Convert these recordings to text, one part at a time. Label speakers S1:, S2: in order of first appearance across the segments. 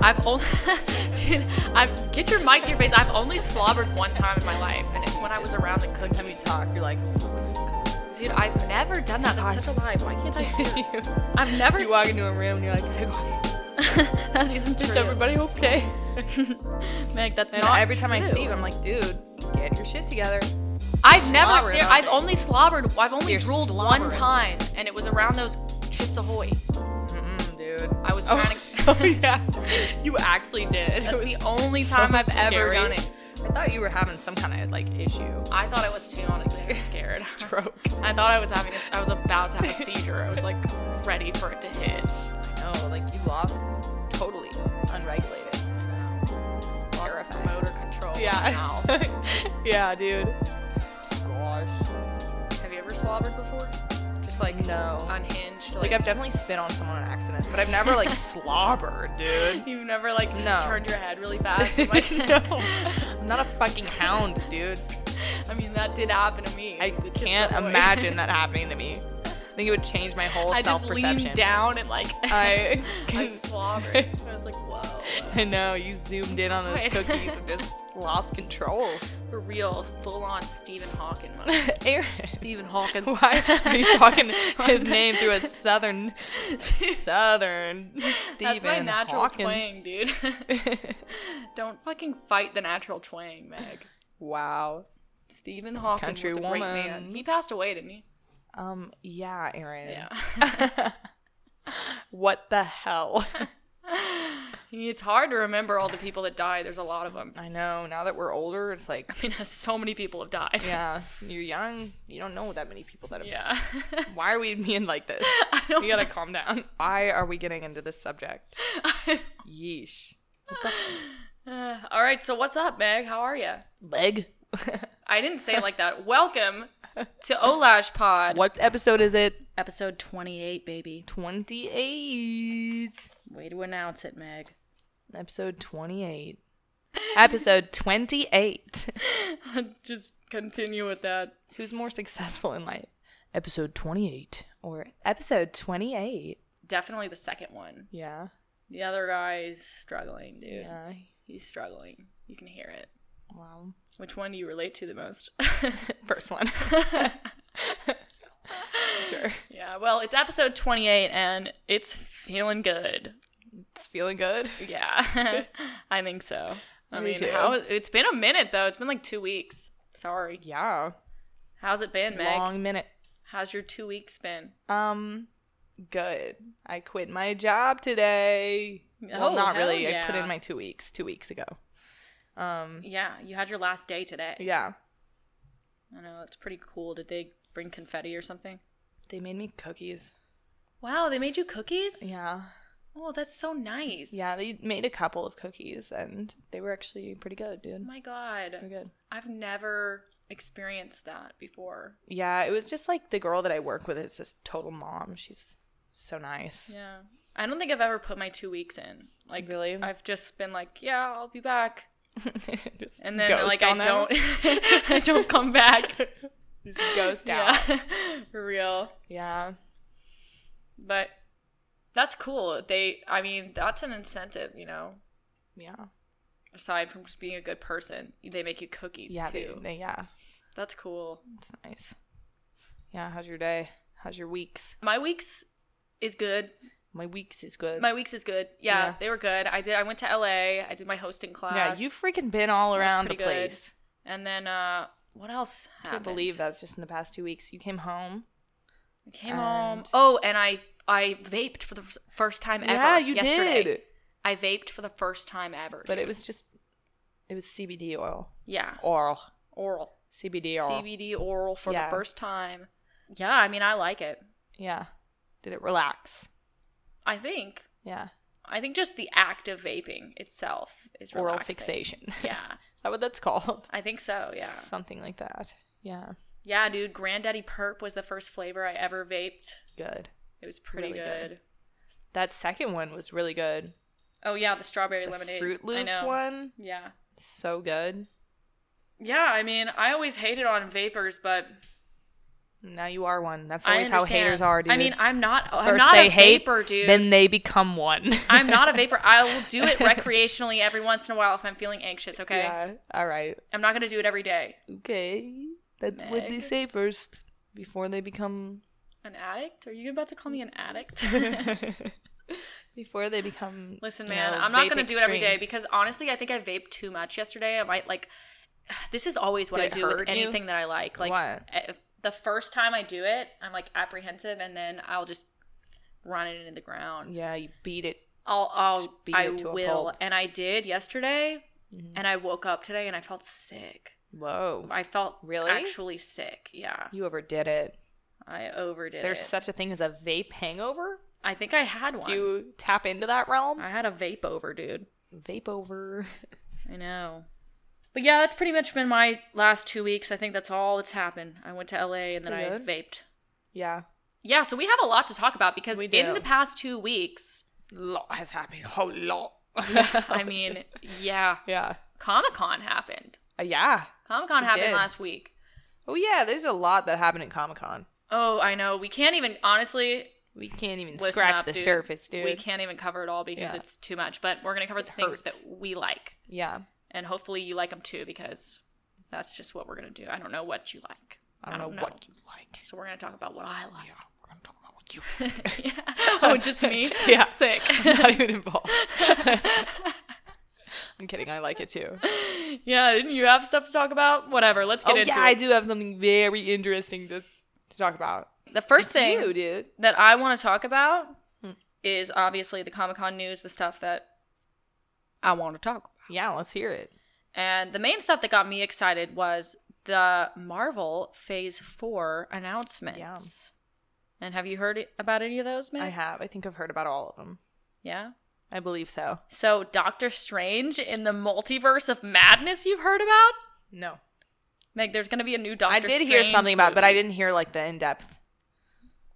S1: I've only, Dude, I've, get your mic to your face. I've only slobbered one time in my life, and it's when I was around the cookies.
S2: Have you talk? You're like, "Oh,
S1: Dude, I've never done that. That's such a lie. Why can't I?
S2: you,
S1: I've never.
S2: you walk into a room and you're like, hey,
S1: that isn't
S2: is
S1: true.
S2: everybody okay?
S1: Meg, that's
S2: And
S1: not.
S2: every time I
S1: true.
S2: see you, I'm like, dude, get your shit together.
S1: I've never.
S2: slobbering
S1: There,
S2: on
S1: I've
S2: it.
S1: only slobbered. I've only
S2: You're
S1: drooled one
S2: slobbering.
S1: time, and it was around those Chips Ahoy.
S2: Mm-mm, dude.
S1: I was
S2: Oh,
S1: trying to.
S2: oh, yeah, you actually did. It
S1: That's
S2: was
S1: the only time I've ever
S2: scary.
S1: done it.
S2: I thought you were having some kind of like issue.
S1: I thought I was too honestly. I was scared.
S2: Stroke.
S1: I thought I was having. A, I was about to have a seizure. I was like ready for it to hit.
S2: No, like you lost totally unregulated.
S1: Lost
S2: Terrifying.
S1: motor control. in my
S2: Yeah.
S1: mouth.
S2: yeah, dude. Gosh.
S1: Have you ever slobbered before? Just like
S2: No.
S1: unhinged.
S2: Like I've definitely spit on someone on accident, but I've never like slobbered, dude.
S1: You've never like
S2: No.
S1: turned your head really fast. and, like,
S2: No. I'm not a fucking hound, dude.
S1: I mean, that did happen to me.
S2: I
S1: Chips
S2: can't
S1: Ahoy.
S2: imagine that happening to me. I think it would change my whole
S1: I just
S2: self perception.
S1: leaned down and like I
S2: I, cause,
S1: slobbered. I was like, whoa,
S2: I know you zoomed in on those
S1: Wait.
S2: cookies and just lost control.
S1: for real, full on Stephen Hawking moment.
S2: Aaron,
S1: Stephen Hawking.
S2: why are you talking his name through a southern, southern Stephen
S1: That's my natural
S2: Hawking.
S1: twang, dude. Don't fucking fight the natural twang, Meg.
S2: wow.
S1: Stephen Hawking
S2: Country
S1: was a great man.
S2: woman.
S1: He passed away, didn't he?
S2: Um. Yeah, Aaron.
S1: Yeah.
S2: What the hell?
S1: it's hard to remember all the people that died. There's a lot of them.
S2: I know. Now that we're older, it's like,
S1: I mean, so many people have died.
S2: yeah, you're young. You don't know that many people that have.
S1: Yeah.
S2: Why are we being like this?
S1: I don't
S2: You gotta calm down. Why are we getting into this subject? Yeesh.
S1: Uh, all right, so what's up, Meg? How are you?
S2: Leg.
S1: I didn't say it like that. Welcome to Olash Pod.
S2: what episode is it?
S1: Episode 28, baby.
S2: 28.
S1: Way to announce it, Meg.
S2: Episode 28. Episode 28.
S1: Just continue with that.
S2: Who's more successful in life? Episode 28 or episode 28?
S1: Definitely the second one.
S2: Yeah.
S1: The other guy's struggling, dude.
S2: Yeah.
S1: He's struggling. You can hear it.
S2: Wow.
S1: Which one do you relate to the most?
S2: First one. sure.
S1: yeah, well, it's episode 28 and it's feeling good.
S2: It's feeling good.
S1: Yeah, I think so. I
S2: Me
S1: mean,
S2: too.
S1: how, it's been a minute, though. It's been like two weeks. Sorry.
S2: Yeah.
S1: How's it been, Meg?
S2: Long minute.
S1: How's your two weeks been?
S2: Um, good. I quit my job today.
S1: Oh,
S2: well, not
S1: hell
S2: really. I put
S1: yeah.
S2: in my two weeks, two weeks ago. Um,
S1: Yeah, you had your last day today.
S2: yeah.
S1: I know, that's pretty cool. Did they bring confetti or something?
S2: They made me cookies.
S1: Wow, they made you cookies?
S2: Yeah.
S1: Oh, that's so nice.
S2: Yeah, they made a couple of cookies and they were actually pretty good,
S1: Oh
S2: dude.
S1: my
S2: Pretty
S1: god.
S2: good.
S1: I've never experienced that before.
S2: Yeah, it was just like the girl that I work with is just total mom. She's so nice.
S1: Yeah. I don't think I've ever put my two weeks in. Like
S2: Really?
S1: I've just been like, yeah, I'll be back.
S2: just
S1: And then
S2: ghost
S1: like I
S2: on them.
S1: don't I don't come back.
S2: Just ghost out.
S1: Yeah. For real.
S2: Yeah.
S1: But that's cool. They I mean, that's an incentive, you know.
S2: Yeah.
S1: aside from just being a good person, they make you cookies
S2: Yeah.
S1: too.
S2: they- they- yeah.
S1: That's cool.
S2: It's nice. Yeah, how's your day? How's your weeks?
S1: My weeks is good.
S2: My weeks is good.
S1: My weeks is good. Yeah,
S2: Yeah.
S1: they were good. I did. I went to LA. I did my hosting
S2: yeah,
S1: class.
S2: you've freaking been all
S1: was
S2: around the
S1: pretty good.
S2: place.
S1: And then uh, what else
S2: I
S1: happened?
S2: can't believe that's just in the past two weeks. You came home.
S1: I came
S2: And-
S1: home. Oh, and I I vaped for the f- first time ever. yesterday. I vaped for the first time ever.
S2: But
S1: dude.
S2: it was just, it was CBD oil.
S1: yeah,
S2: Oral.
S1: oral
S2: CBD oil.
S1: CBD oral for
S2: Yeah.
S1: the first time. Yeah, I mean I like it.
S2: yeah. Did it relax?
S1: I think
S2: Yeah.
S1: I think just the act of vaping itself is
S2: Oral
S1: relaxing.
S2: fixation. is
S1: Yeah.
S2: that what that's called?
S1: I think so, yeah.
S2: Something like that. Yeah.
S1: Yeah, dude, Granddaddy Perp was the first flavor I ever vaped.
S2: Good.
S1: It was pretty
S2: Really
S1: good.
S2: good. That second one was really good.
S1: Oh yeah, the strawberry
S2: The
S1: lemonade.
S2: Fruit
S1: I
S2: Loop
S1: know.
S2: one.
S1: Yeah.
S2: So good.
S1: Yeah, I mean, I always hated on vapors, but
S2: Now you are one. That's
S1: I
S2: always how
S1: understand.
S2: haters are, dude.
S1: I mean, I'm not. i I'm
S2: First
S1: not
S2: they
S1: a
S2: hate,
S1: vapor, dude.
S2: then they become one.
S1: I'm not a vapor. I will do it recreationally every once in a while if I'm feeling anxious. Okay,
S2: Yeah. All right.
S1: I'm not gonna do it every day.
S2: Okay. That's what they
S1: Meg.
S2: say first before they become
S1: An addict? Are you about to call me an addict?
S2: before they become.
S1: Listen,
S2: you
S1: man,
S2: know,
S1: I'm not
S2: vape
S1: gonna do it every day
S2: extremes.
S1: because honestly, I think I vaped too much yesterday. I might like. This is always what
S2: Did
S1: I
S2: it
S1: do with
S2: hurt you?
S1: anything that I like. Like
S2: What?
S1: eh, the first time I do it, I'm like apprehensive, and then I'll just run it into the ground.
S2: Yeah, you beat it.
S1: I'll, I'll,
S2: beat
S1: I
S2: it to a
S1: will,
S2: pulp. Mm-hmm.
S1: and I did yesterday, and I woke up today and I felt sick.
S2: Whoa.
S1: I felt
S2: Really?
S1: actually sick. Yeah,
S2: You overdid it.
S1: I overdid
S2: There's
S1: it.
S2: such a thing as a vape hangover?
S1: I think I had one.
S2: Do you tap into that realm?
S1: I had a vape over, dude.
S2: Vape over.
S1: I know. But yeah, that's pretty much been my last two weeks. I think that's all that's happened. I went to LA and then I
S2: pretty good.
S1: vaped.
S2: Yeah.
S1: Yeah, so we have a lot to talk about because
S2: We do.
S1: in the past two weeks,
S2: Lot has happened. A whole lot. Oh,
S1: I mean, yeah,
S2: yeah.
S1: Comic Con happened.
S2: Uh, yeah.
S1: Comic Con happened
S2: did.
S1: last week.
S2: Oh, yeah. There's a lot that happened at Comic Con.
S1: Oh, I know. We can't even, honestly,
S2: We can't even
S1: listen
S2: scratch
S1: up,
S2: the
S1: dude.
S2: surface, dude.
S1: We can't even cover it all because
S2: Yeah.
S1: it's too much, but we're going to cover the
S2: hurts.
S1: things that we like.
S2: Yeah.
S1: And hopefully you like them too because that's just what we're going to do. I don't know what you like.
S2: I don't, know, what you like.
S1: So we're going to talk about what I like.
S2: Yeah. We're going to talk about what you
S1: Yeah. Oh, just me?
S2: Yeah.
S1: Sick.
S2: I'm not even involved. I'm kidding. I like it too.
S1: yeah, didn't you have stuff to talk about? Whatever, let's get
S2: e- oh,
S1: into
S2: yeah. I
S1: it.
S2: do have something very interesting to, to talk about.
S1: The first thing
S2: You, dude. Hmm.
S1: that I want to talk about is obviously the Comic Con news, the stuff that I want to talk about.
S2: Yeah. Let's hear it.
S1: And the main stuff that got me excited was the Marvel Phase 4 announcements. And have you heard it- about any of those, man?
S2: I have. I think I've heard about all of them.
S1: Yeah.
S2: I believe so.
S1: So, Doctor Strange in the Multiverse of Madness, you've heard about?
S2: No.
S1: Meg, there's going to be a new Doctor
S2: I did hear
S1: Strange
S2: something about, it, but I
S1: movie.
S2: didn't hear like the in depth.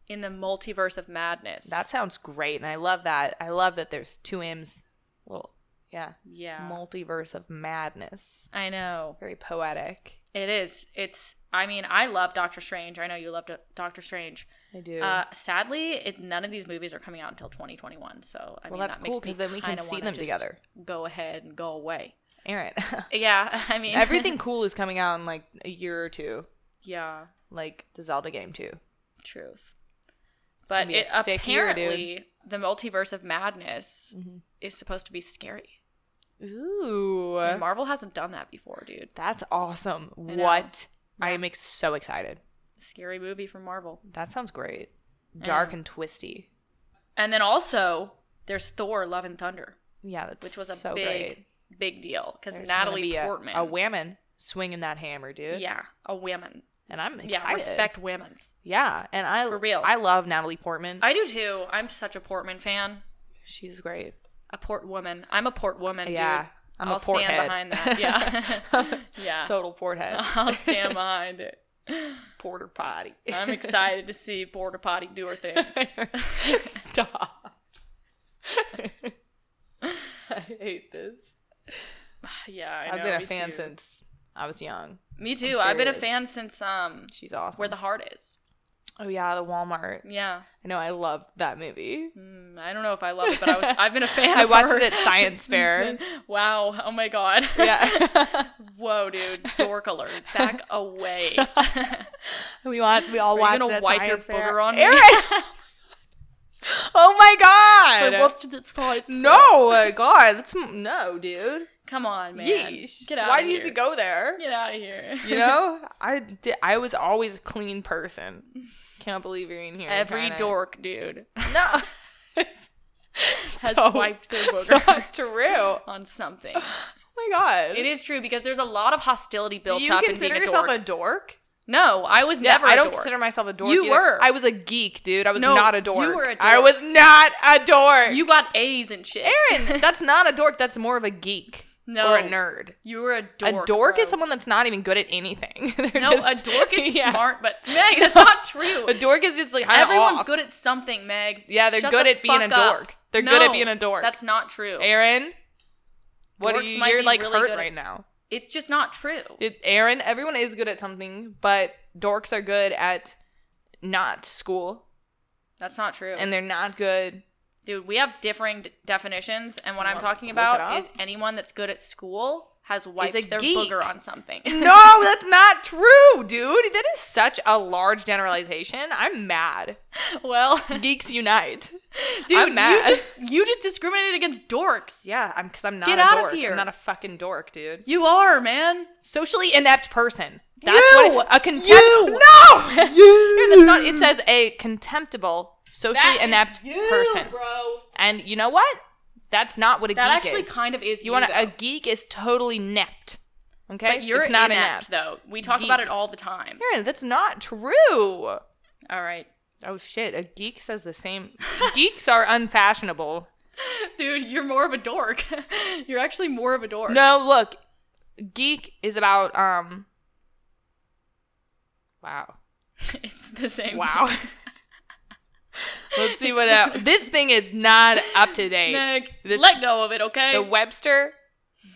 S1: in the multiverse of madness.
S2: That sounds great, and I love that. I love that there's two M's. Well, yeah,
S1: yeah.
S2: multiverse of madness.
S1: I know.
S2: Very poetic.
S1: It is. It's I mean, I love Doctor Strange. I know you love Do- Doctor Strange.
S2: I do.
S1: Uh sadly, it, none of these movies are coming out until 2021, so I
S2: well,
S1: mean
S2: that's
S1: that
S2: cool
S1: because
S2: because then we can see them together.
S1: Go ahead and go away.
S2: Aaron,
S1: Yeah, I mean
S2: everything cool is coming out in like a year or two,
S1: yeah,
S2: like the Zelda game too.
S1: truth. But
S2: be a
S1: it,
S2: sick year, dude. Mm-hmm.
S1: apparently the multiverse of madness is supposed to be scary.
S2: Ooh,
S1: And Marvel hasn't done that before, dude.
S2: that's awesome!
S1: I know.
S2: what I am ex- so excited.
S1: Scary movie from Marvel.
S2: That sounds great. Dark and twisty.
S1: And then also there's Thor: Love and Thunder,
S2: Yeah, that's
S1: which was a
S2: so
S1: big,
S2: great.
S1: big deal because
S2: There's gonna
S1: Natalie
S2: be a-
S1: Portman,
S2: a, woman swinging that hammer, dude.
S1: yeah, a woman,
S2: and I'm
S1: yeah,
S2: excited.
S1: respect women's.
S2: Yeah, and I
S1: For real.
S2: I love Natalie Portman.
S1: I do too. I'm such a Portman fan,
S2: She's great.
S1: a Port woman. I'm a Port woman,
S2: Yeah,
S1: dude.
S2: I'm a
S1: will
S2: port
S1: stand
S2: head.
S1: behind that. Yeah, yeah,
S2: Total port head.
S1: I'll stand behind it.
S2: Porter potty.
S1: I'm excited to see Porta Potty do her thing.
S2: Stop. I hate this.
S1: Yeah, I
S2: I've
S1: know,
S2: been a
S1: me
S2: fan
S1: too.
S2: since I was young.
S1: Me too. I've been a
S2: serious.
S1: fan since um,
S2: She's awesome.
S1: where the heart is.
S2: oh yeah, the Walmart.
S1: Yeah,
S2: I know I loved that movie.
S1: Mm, I don't know if I love it, but I was, I've been a fan.
S2: I
S1: of
S2: watched
S1: her.
S2: it at science fair.
S1: Wow. Oh my god.
S2: yeah.
S1: Whoa, dude. Dork alert. Back away.
S2: We want. We all
S1: you
S2: watched.
S1: gonna
S2: that
S1: wipe your
S2: science fair.
S1: booger on me?
S2: Erin! oh my god!
S1: it start.
S2: no, uh, god, that's m- no, dude.
S1: Come on, man.
S2: Yeesh.
S1: Get out
S2: Why
S1: of
S2: do you
S1: here.
S2: have to go there?
S1: Get out of here.
S2: You know, I di I was always a clean person. Can't believe you're in here.
S1: Every
S2: kinda-
S1: dork dude
S2: no
S1: has wiped their booger
S2: Not true. Oh
S1: on something.
S2: my god.
S1: It is true because there's a lot of hostility built
S2: do you
S1: up in being
S2: consider
S1: a
S2: yourself
S1: dork.
S2: a dork?
S1: no, I was never
S2: I
S1: a
S2: don't
S1: dork.
S2: consider myself a dork.
S1: You
S2: either.
S1: were.
S2: I was a geek, dude. I was
S1: No,
S2: not a
S1: you
S2: dork.
S1: were a
S2: I
S1: dork.
S2: was not a dork.
S1: you got A's and shit.
S2: Aaron, that's not a dork. That's more of a geek
S1: No.
S2: or a nerd.
S1: You were a dork.
S2: a dork
S1: bro.
S2: is someone that's not even good at anything. They're
S1: No,
S2: just-
S1: a dork is
S2: yeah.
S1: smart, but Meg, that's not true.
S2: A dork is just like kinda
S1: Everyone's
S2: off.
S1: good at something, Meg.
S2: Yeah, they're
S1: Shut
S2: good
S1: the
S2: at being a
S1: fuck up.
S2: dork. They're good at being a dork.
S1: That's not true.
S2: Aaron, what are
S1: Dorks
S2: you?
S1: might
S2: You're
S1: be
S2: like
S1: really
S2: hurt
S1: good at-
S2: right now.
S1: It's just not true.
S2: It, Aaron, everyone is good at something, but dorks are good at not school
S1: That's not true.
S2: and they're not good.
S1: Dude, we have differing d- definitions, and what I'm
S2: Wanna
S1: talking
S2: look
S1: about
S2: it
S1: is
S2: up?
S1: anyone that's good at school has wiped their
S2: geek.
S1: booger on something.
S2: No, that's not true, dude. That is such a large generalization. I'm mad.
S1: well,
S2: Geeks unite.
S1: dude,
S2: I'm mad.
S1: you just you just discriminated against dorks.
S2: yeah, I'm because I'm not
S1: Get
S2: a
S1: out of
S2: dork.
S1: here.
S2: I'm not a fucking dork, dude.
S1: You are, man.
S2: Socially inept person. That's
S1: You!
S2: what it, a contempt.
S1: You!
S2: No, Dude, that's not. It says a contemptible,
S1: That
S2: socially
S1: is
S2: inept person.
S1: bro.
S2: And you know what? That's not what a
S1: That
S2: geek
S1: actually
S2: is.
S1: kind of is
S2: you want
S1: though.
S2: a geek is totally inept. Okay,
S1: But you're
S2: it's not
S1: inept, though. We talk about
S2: Geek.
S1: it all the time.
S2: Aaron, that's not true.
S1: All right,
S2: Oh shit, a geek says the same. Geeks are unfashionable.
S1: dude, you're more of a dork. you're actually more of a dork.
S2: No, look. Geek is about um Wow.
S1: it's the same.
S2: Wow. Let's see what else. This thing is not up to date.
S1: Nick,
S2: This-
S1: let go of it, okay?
S2: The Webster,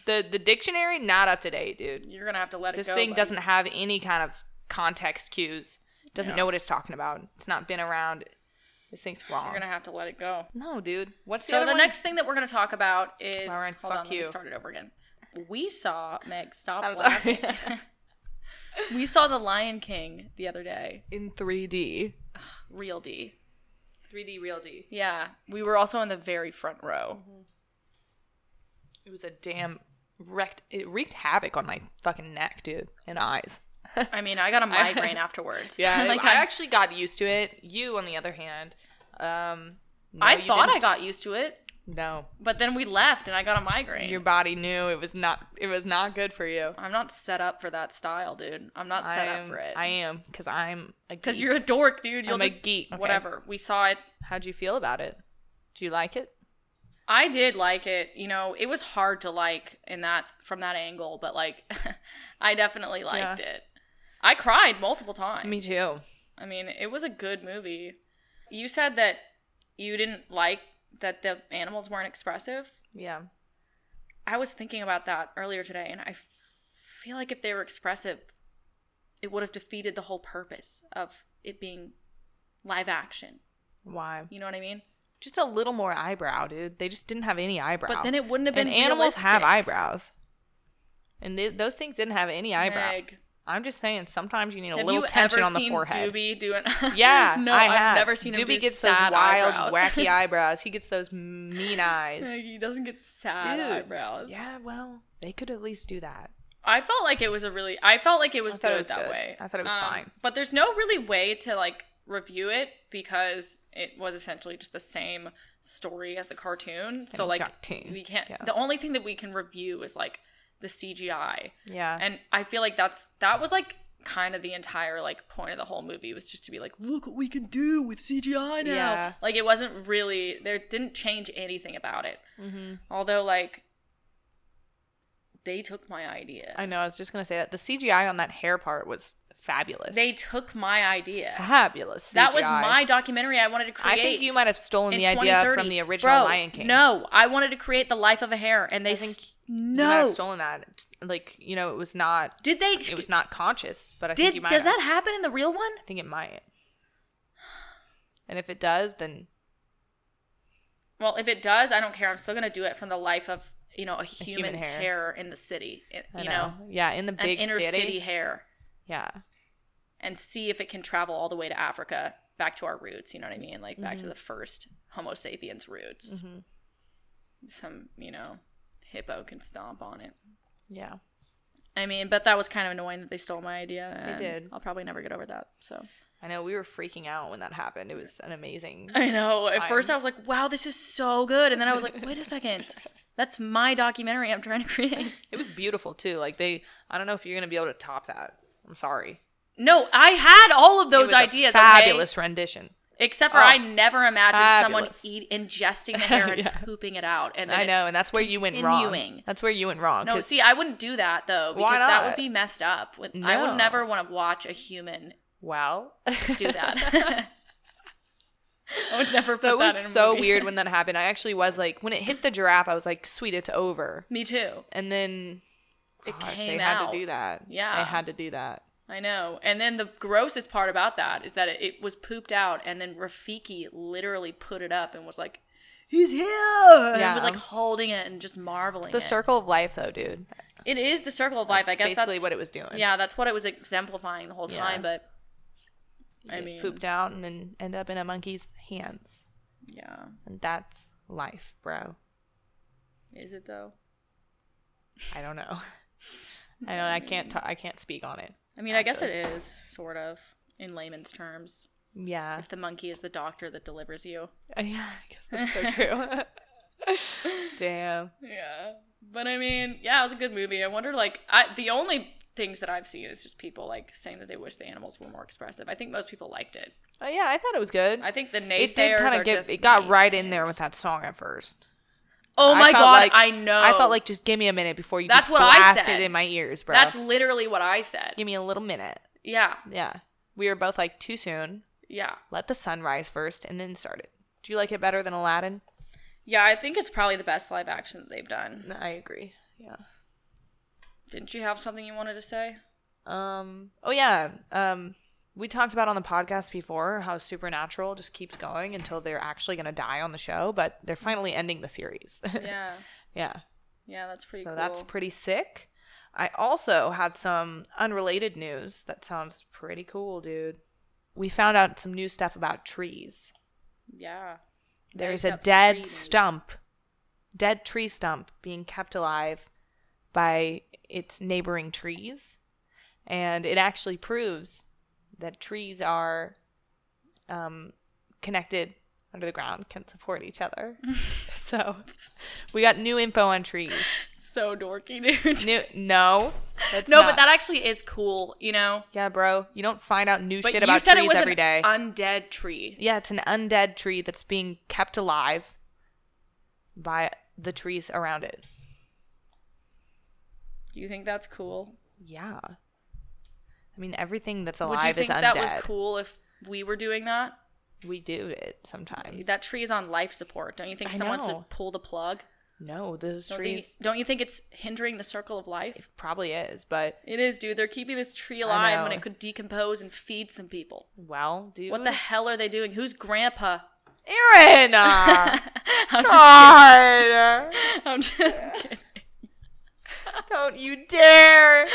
S2: the the dictionary not up to date, dude.
S1: you're gonna have to let it
S2: This
S1: go.
S2: thing
S1: buddy.
S2: doesn't have any kind of context cues. Doesn't know what it's talking about. It's not been around. This thing's wrong.
S1: You're gonna have to let it go.
S2: No, dude. What's
S1: So
S2: the, other
S1: the
S2: one?
S1: next thing that we're going to talk about is
S2: Lauren,
S1: hold
S2: fuck
S1: on, let me
S2: you.
S1: start it over again. We saw Meg stop
S2: I'm
S1: laughing.
S2: sorry.
S1: We saw The Lion King the other day,
S2: In 3D.
S1: real D.
S2: 3D real D.
S1: Yeah, we were also in the very front row.
S2: Mm-hmm. It was a damn wrecked. It wreaked havoc on my fucking neck, dude, and eyes.
S1: I mean, I got a migraine afterwards. like
S2: I,
S1: I,
S2: actually got used to it. You, on the other hand, um, no,
S1: I
S2: you
S1: thought I
S2: didn't.
S1: got used to it,
S2: no.
S1: but then we left and I got a migraine.
S2: Your body knew it was not. It was not good for you.
S1: I'm not set up for that style, dude. I'm not set
S2: I
S1: up
S2: am,
S1: for it.
S2: I am because I'm a.
S1: Because
S2: geek.
S1: you're a dork, dude. You'll
S2: I'm a
S1: just
S2: geek, okay.
S1: whatever. We saw it.
S2: How'd you feel about it? Do you like it?
S1: I did like it. You know, it was hard to like in that from that angle, but like I definitely liked it. I cried multiple times.
S2: Me too.
S1: I mean, it was a good movie. You said that you didn't like that the animals weren't expressive.
S2: Yeah.
S1: I was thinking about that earlier today and I f- feel like if they were expressive, it would have defeated the whole purpose of it being live action.
S2: Why?
S1: You know what I mean?
S2: Just a little more eyebrow, dude. They just didn't have any eyebrow.
S1: But then it wouldn't have been
S2: and animals have
S1: realistic.
S2: eyebrows, and th- those things didn't have any eyebrow.
S1: Meg.
S2: I'm just saying, sometimes you need a
S1: Have
S2: little
S1: you
S2: tension
S1: ever
S2: on the
S1: seen
S2: forehead.
S1: Doobie doing?
S2: Yeah,
S1: no,
S2: I
S1: have
S2: have.
S1: never seen him
S2: Doobie
S1: do
S2: gets
S1: sad
S2: those wild,
S1: eyebrows.
S2: wacky eyebrows. He gets those mean eyes.
S1: he doesn't get sad
S2: Dude,
S1: eyebrows.
S2: Yeah, well, they could at least do that.
S1: I felt like it was a really. I felt like it was
S2: I thought it
S1: good
S2: was
S1: that
S2: good.
S1: way. Um,
S2: I thought it was fine.
S1: But there's no really way to like review it because it was essentially just the same story as the cartoon. so
S2: Same
S1: like
S2: exact tune.
S1: we can't.
S2: Yeah.
S1: The only thing that we can review is like the CGI,
S2: Yeah,
S1: and I feel like that's that was like kind of the entire like point of the whole movie was just to be like look what we can do with cgi now
S2: Yeah.
S1: like it wasn't really there didn't change anything about it
S2: Mm-hmm.
S1: although like they took my idea
S2: I know. I was just gonna say that the CGI on that hair part was fabulous.
S1: they took my idea
S2: fabulous.
S1: that was
S2: CGI.
S1: my documentary i wanted to create
S2: I think you might have stolen
S1: in
S2: the idea
S1: 2030.
S2: from the original
S1: Bro,
S2: Lion King.
S1: no i wanted to create the life of a hare and they
S2: I think
S1: s-
S2: you might
S1: no
S2: have stolen that. Like you know, it was not.
S1: did they
S2: It was not conscious, but I think you
S1: did
S2: might.
S1: does
S2: have.
S1: that happen in the real one
S2: I think it might. And if it does, then
S1: Well, if it does, I don't care. I'm still gonna do it from the life of you know a human's hair.
S2: hair.
S1: in the city, i-
S2: I
S1: you know,
S2: yeah, in the
S1: an
S2: big
S1: inner city.
S2: city.
S1: hair,
S2: Yeah,
S1: and see if it can travel all the way to Africa, back to our roots. You know what I mean? Like
S2: Mm-hmm.
S1: back to the first Homo sapiens roots. Some you know hippo can stomp on it.
S2: yeah.
S1: I mean, but that was kind of annoying that they stole my idea. and
S2: did.
S1: I'll probably never get over that. So
S2: I know we were freaking out when that happened. It was an amazing.
S1: I know. At
S2: Time.
S1: first, I was like, "Wow, this is so good," and then I was like, "Wait a second, that's my documentary I'm trying to create."
S2: It was beautiful too. Like they, I don't know if you're gonna be able to top that. I'm sorry.
S1: No, I had all of
S2: It
S1: those
S2: was a
S1: ideas.
S2: fabulous
S1: Fabulous. rendition. Except for
S2: Oh,
S1: I never imagined someone
S2: fabulous.
S1: eat, ingesting the hair and
S2: Yeah.
S1: pooping it out. And then
S2: I
S1: it-
S2: know, and that's where you went wrong.
S1: continuing.
S2: That's where you went wrong.
S1: no,
S2: 'cause
S1: see, I wouldn't do that though
S2: Why
S1: because that
S2: not?
S1: would be messed up. With, I would
S2: No.
S1: never want to watch a human
S2: wow,
S1: do that. I would never put that,
S2: that was
S1: in a
S2: so
S1: movie.
S2: weird when that happened. I actually was like, when it hit the giraffe, I was like, sweet, it's over.
S1: Me too.
S2: And then
S1: It
S2: gosh,
S1: came
S2: they
S1: out.
S2: had to do that.
S1: Yeah.
S2: they had to do that.
S1: I know. And then the grossest part about that is that it, it was pooped out, and then Rafiki literally put it up and was like, "He's here!" And
S2: Yeah.
S1: was like holding it and just marveling.
S2: The
S1: it.
S2: circle of life, though, dude.
S1: It is the circle of life. I guess
S2: basically
S1: that's
S2: what it was doing.
S1: Yeah, that's what it was exemplifying the whole
S2: Yeah.
S1: time. But I
S2: It
S1: mean,
S2: pooped out and then end up in a monkey's hands,
S1: yeah,
S2: and that's life, bro.
S1: is it though?
S2: I don't know. I don't. I can't. Ta- I can't speak on it.
S1: I mean, I guess it is sort of in layman's terms.
S2: Yeah.
S1: The monkey is the doctor that delivers you.
S2: Yeah. I guess that's so true. Damn.
S1: Yeah, but I mean, yeah, it was a good movie. I wonder, like, I the only things that I've seen is just people like saying that they wish the animals were more expressive. I think most people liked it.
S2: Oh yeah, I thought it was good.
S1: I think the
S2: it
S1: naysayers
S2: did kind
S1: are
S2: of get.
S1: just
S2: It got right in there
S1: naysayers.
S2: with that song at first.
S1: Oh
S2: I
S1: my
S2: felt
S1: god,
S2: like-
S1: I know.
S2: I felt like just give me a minute before you.
S1: That's
S2: just
S1: what I
S2: blast
S1: said.
S2: it in my ears, bro.
S1: that's literally what I said.
S2: give me a little minute.
S1: Yeah,
S2: Yeah. We were both like too soon.
S1: yeah.
S2: Let the sun rise first, and then start it. Do you like it better than Aladdin?
S1: Yeah, I think it's probably the best live action that they've done.
S2: I agree. Yeah.
S1: Didn't you have something you wanted to say?
S2: Um. Oh yeah. Um. We talked about on the podcast before how Supernatural just keeps going until they're actually going to die on the show, but they're finally ending the series.
S1: Yeah.
S2: yeah.
S1: Yeah, that's pretty
S2: so
S1: cool.
S2: that's pretty sick. I also had some unrelated news that sounds pretty cool, dude. We found out some new stuff about trees.
S1: yeah.
S2: There's
S1: They've
S2: a
S1: got some tree
S2: dead
S1: news.
S2: stump, dead tree stump being kept alive by its neighboring trees. And it actually proves that trees are um, connected under the ground, can support each other. so we got new info on trees.
S1: So dorky, dude.
S2: New, no. That's
S1: no,
S2: not-
S1: but that actually is cool, you know?
S2: Yeah, bro. You don't find out new
S1: But
S2: shit
S1: you
S2: about
S1: said
S2: trees
S1: it was
S2: every
S1: an
S2: day.
S1: undead tree.
S2: Yeah, it's an undead tree that's being kept alive by the trees around it.
S1: Do you think that's cool?
S2: Yeah. I mean, everything that's alive
S1: Would you think
S2: is undead.
S1: that was cool if we were doing that?
S2: We do it sometimes.
S1: That tree is on life support. Don't you think
S2: I
S1: someone should
S2: know.
S1: pull the plug?
S2: no, those
S1: Don't,
S2: trees
S1: They, don't you think it's hindering the circle of life?
S2: probably is, but
S1: It is, dude. They're keeping this tree alive when
S2: know.
S1: it could decompose and feed some people.
S2: well, dude.
S1: What the hell are they doing? Who's grandpa?
S2: Aaron? Uh,
S1: I'm just
S2: God,
S1: kidding. I'm just kidding.
S2: don't you dare!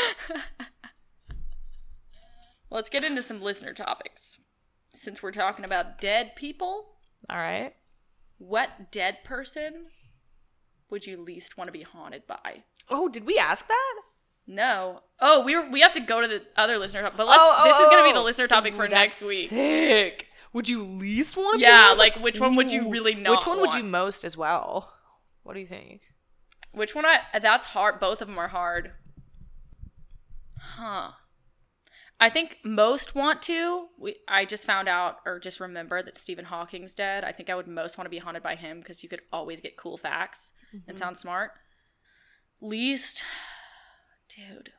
S1: Let's get into some listener topics. Since we're talking about dead people,
S2: All right.
S1: what dead person would you least want to be haunted by?
S2: Oh, did we ask that?
S1: No. Oh, we were, we have to go to the other listener topic. But let's,
S2: Oh, oh,
S1: this is going to be
S2: oh.
S1: the listener topic for
S2: Ooh,
S1: next
S2: that's
S1: week.
S2: Sick. Would you least want to? be
S1: Yeah,
S2: haunted?
S1: like which one would you really
S2: Ooh.
S1: not?
S2: Which one would you
S1: want?
S2: most as well? What do you think?
S1: Which one? I that's hard. Both of them are hard. Huh. I think most want to. We, I just found out or just remembered that Stephen Hawking's dead. I think I would most want to be haunted by him because you could always get cool facts
S2: Mm-hmm.
S1: and sound smart. Least, dude,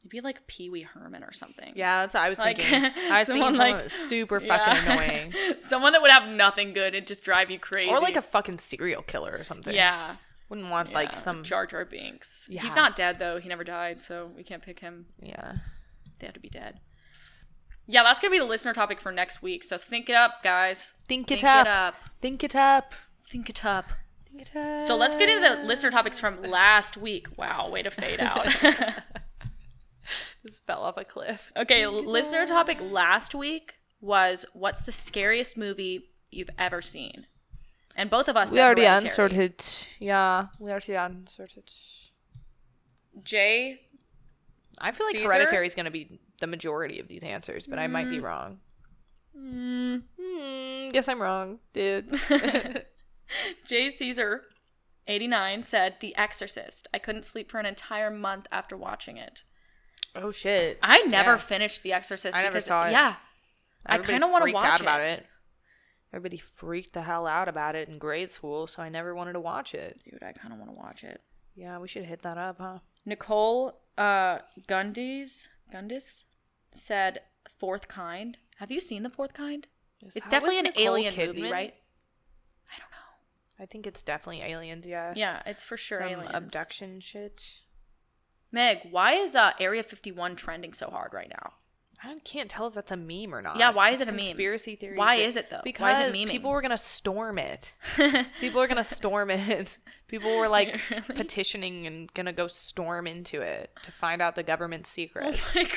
S1: it'd be like Pee Wee Herman or something.
S2: Yeah, that's what I was
S1: Like,
S2: thinking. I was thinking
S1: someone
S2: someone
S1: like-
S2: that's super
S1: Yeah.
S2: fucking annoying,
S1: Someone that would have nothing good and just drive you crazy.
S2: or like a fucking serial killer or something.
S1: yeah.
S2: wouldn't want like
S1: Yeah,
S2: some.
S1: Jar Jar Binks.
S2: Yeah.
S1: He's not dead though. He never died, so we can't pick him.
S2: yeah,
S1: They have to be dead. Yeah, that's gonna be the listener topic for next week. So think it up, guys.
S2: think it up.
S1: it up.
S2: Think it up.
S1: Think it up.
S2: Think it up.
S1: So let's get into the listener topics from last week. Wow, way to fade out.
S2: Just fell off a cliff.
S1: okay, listener topic last week was what's the scariest movie you've ever seen? And both of us
S2: We
S1: said
S2: already
S1: Hereditary.
S2: answered it. Yeah, we already answered it.
S1: Jay
S2: I feel like
S1: Caesar?
S2: hereditary is going to be the majority of these answers, but I might be wrong. Mm, guess I'm wrong, dude.
S1: Jay Caesar, 89, said The Exorcist. I couldn't sleep for an entire month after watching it.
S2: oh shit!
S1: I never
S2: Yeah.
S1: finished The Exorcist.
S2: I never
S1: because,
S2: saw it.
S1: Yeah. I
S2: Everybody
S1: kind of want to
S2: freaked
S1: watch
S2: out
S1: it.
S2: about it. Everybody freaked the hell out about it in grade school, so I never wanted to watch it.
S1: Dude, I kind of want to watch it.
S2: Yeah, we should hit that up, huh?
S1: Nicole uh, Gundis, Gundis said Fourth Kind. Have you seen The Fourth Kind?
S2: Is
S1: It's
S2: that
S1: definitely
S2: with
S1: an
S2: Nicole
S1: alien
S2: Kidman?
S1: movie, right? I don't know.
S2: I think it's definitely aliens. Yeah,
S1: Yeah, it's for sure
S2: Uh, Some
S1: aliens.
S2: abduction shit.
S1: Meg, why is uh, Area 51 trending so hard right now?
S2: I can't tell if that's a meme or not.
S1: Yeah, why is
S2: It's
S1: it a meme?
S2: Conspiracy theory.
S1: Why
S2: shit.
S1: is it, though? Why is it
S2: Because
S1: memeing?
S2: people were gonna storm it. people are gonna storm it. People were like
S1: Really?
S2: petitioning and gonna go storm into it to find out the government's secrets.
S1: Oh my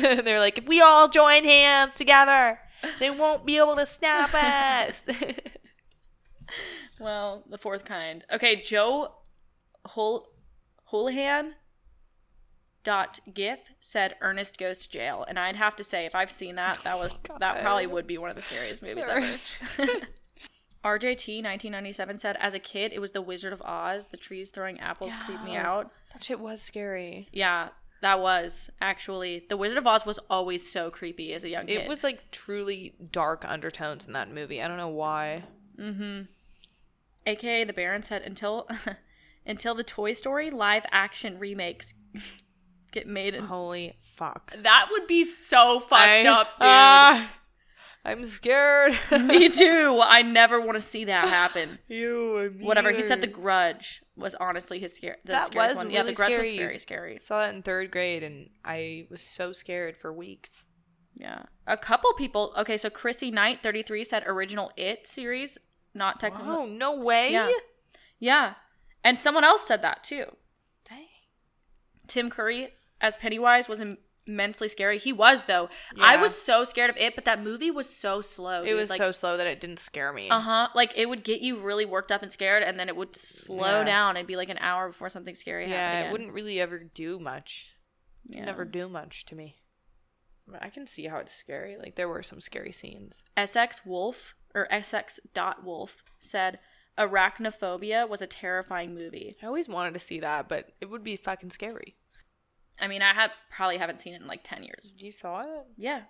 S1: god.
S2: They're like, if we all join hands together, they won't be able to stop us.
S1: Well, the fourth kind. Okay, Joe Hol- Holahan dot gif said Ernest goes to jail, and I'd have to say if I've seen that, that was that probably would be one of the scariest movies
S2: Ernest.
S1: ever. RJT 1997 said, "As a kid, it was The Wizard of Oz. The trees throwing apples creeped me
S2: Yeah.
S1: out.
S2: that shit was scary.
S1: Yeah, that was actually The Wizard of Oz was always so creepy as a young kid.
S2: It was like truly dark undertones in that movie. I don't know why.
S1: AKA the Baron said until until the Toy Story live action remakes get made. in-
S2: Holy fuck.
S1: That would be so fucked up, dude.
S2: ah, I'm scared.
S1: Me too. I never want to see that happen.
S2: you
S1: Whatever he said, the Grudge was honestly his scare. The
S2: That
S1: scariest
S2: was
S1: one. yeah, the
S2: really
S1: Grudge was
S2: scary.
S1: very scary.
S2: saw that in third grade, and I was so scared for weeks.
S1: Yeah, a couple people. Okay, so Chrissy Knight thirty three said original It series, not technically.
S2: Oh no way!
S1: Yeah. Yeah, and someone else said that too.
S2: Dang.
S1: Tim Curry as Pennywise was immensely scary. He was though. I
S2: Yeah.
S1: was so scared of it, but that movie was so slow.
S2: It
S1: dude.
S2: was
S1: like,
S2: so slow that it didn't scare me.
S1: Uh huh. Like it would get you really worked up and scared, and then it would slow
S2: Yeah.
S1: down. It'd be like an hour before something scary happened.
S2: yeah,
S1: again.
S2: it wouldn't really ever do much.
S1: Yeah.
S2: Never do much to me. But I can see how it's scary. Like there were some scary scenes.
S1: SX Wolf or SX dot Wolf said, "Arachnophobia was a terrifying movie."
S2: I always wanted to see that, but it would be fucking scary.
S1: I mean, I have probably haven't seen it in like ten years.
S2: You saw it?
S1: Yeah.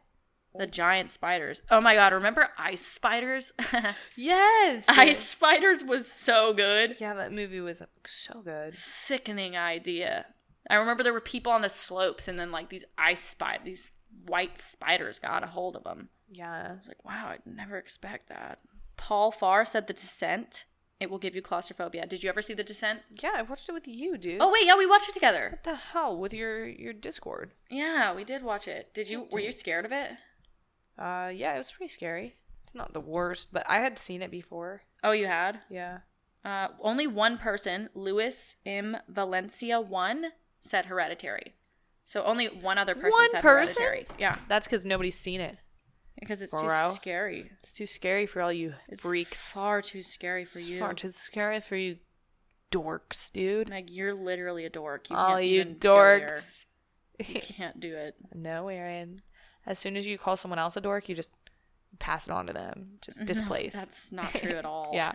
S1: The giant spiders. Oh my god! Remember Ice Spiders?
S2: Yes.
S1: Ice Spiders was so good.
S2: Yeah, that movie was so good.
S1: Sickening idea. I remember there were people on the slopes, and then like these ice spiders, these white spiders got a hold of them.
S2: Yeah.
S1: I was like, wow, I'd never expect that. Paul Farr said The Descent. It will give you claustrophobia. Did you ever see The Descent?
S2: Yeah, I watched it with you, dude.
S1: Oh wait, yeah, we watched it together.
S2: what the hell with your your Discord?
S1: Yeah, we did watch it. Did you? Were you scared of it?
S2: Uh, yeah, it was pretty scary. It's not the worst, but I had seen it before.
S1: Oh, you had.
S2: Yeah.
S1: Uh, only one person, Louis M. Valencia one, said Hereditary. So only one other person
S2: One
S1: said
S2: person?
S1: Hereditary. Yeah,
S2: That's because nobody's seen it.
S1: because it's
S2: Bro.
S1: too scary.
S2: It's too scary for all you
S1: It's
S2: freaks.
S1: far too scary for
S2: It's
S1: you.
S2: far too scary for you dorks, dude.
S1: Meg, you're literally a dork. You
S2: all
S1: can't
S2: Oh, you
S1: even go there.
S2: dorks.
S1: You can't do it.
S2: No, Aaron. As soon as you call someone else a dork, you just pass it on to them. Just displace.
S1: That's not true at all.
S2: yeah.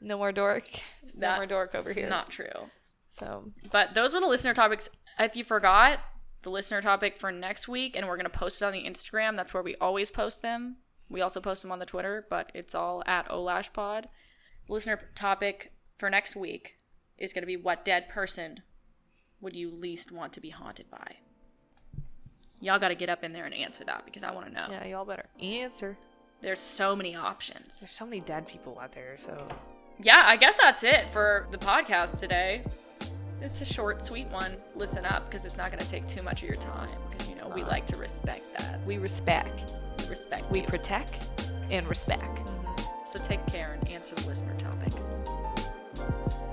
S2: No more dork. no more
S1: That's
S2: dork over here.
S1: Not true.
S2: so
S1: But those were the listener topics. If you forgot, the listener topic for next week, and we're going to post it on the Instagram. That's where we always post them. We also post them on the Twitter, but it's all at OlashPod. Listener topic for next week is going to be what dead person would you least want to be haunted by? Y'all got to get up in there and answer that because I want to know.
S2: yeah, y'all better answer.
S1: There's so many options.
S2: There's so many dead people out there, so
S1: yeah, I guess that's it for the podcast today. It's a short, sweet one. Listen up because it's not going to take too much of your time. Because, you know, we like to respect that.
S2: we respect.
S1: We respect
S2: We
S1: you.
S2: protect and respect.
S1: so take care and answer the listener topic.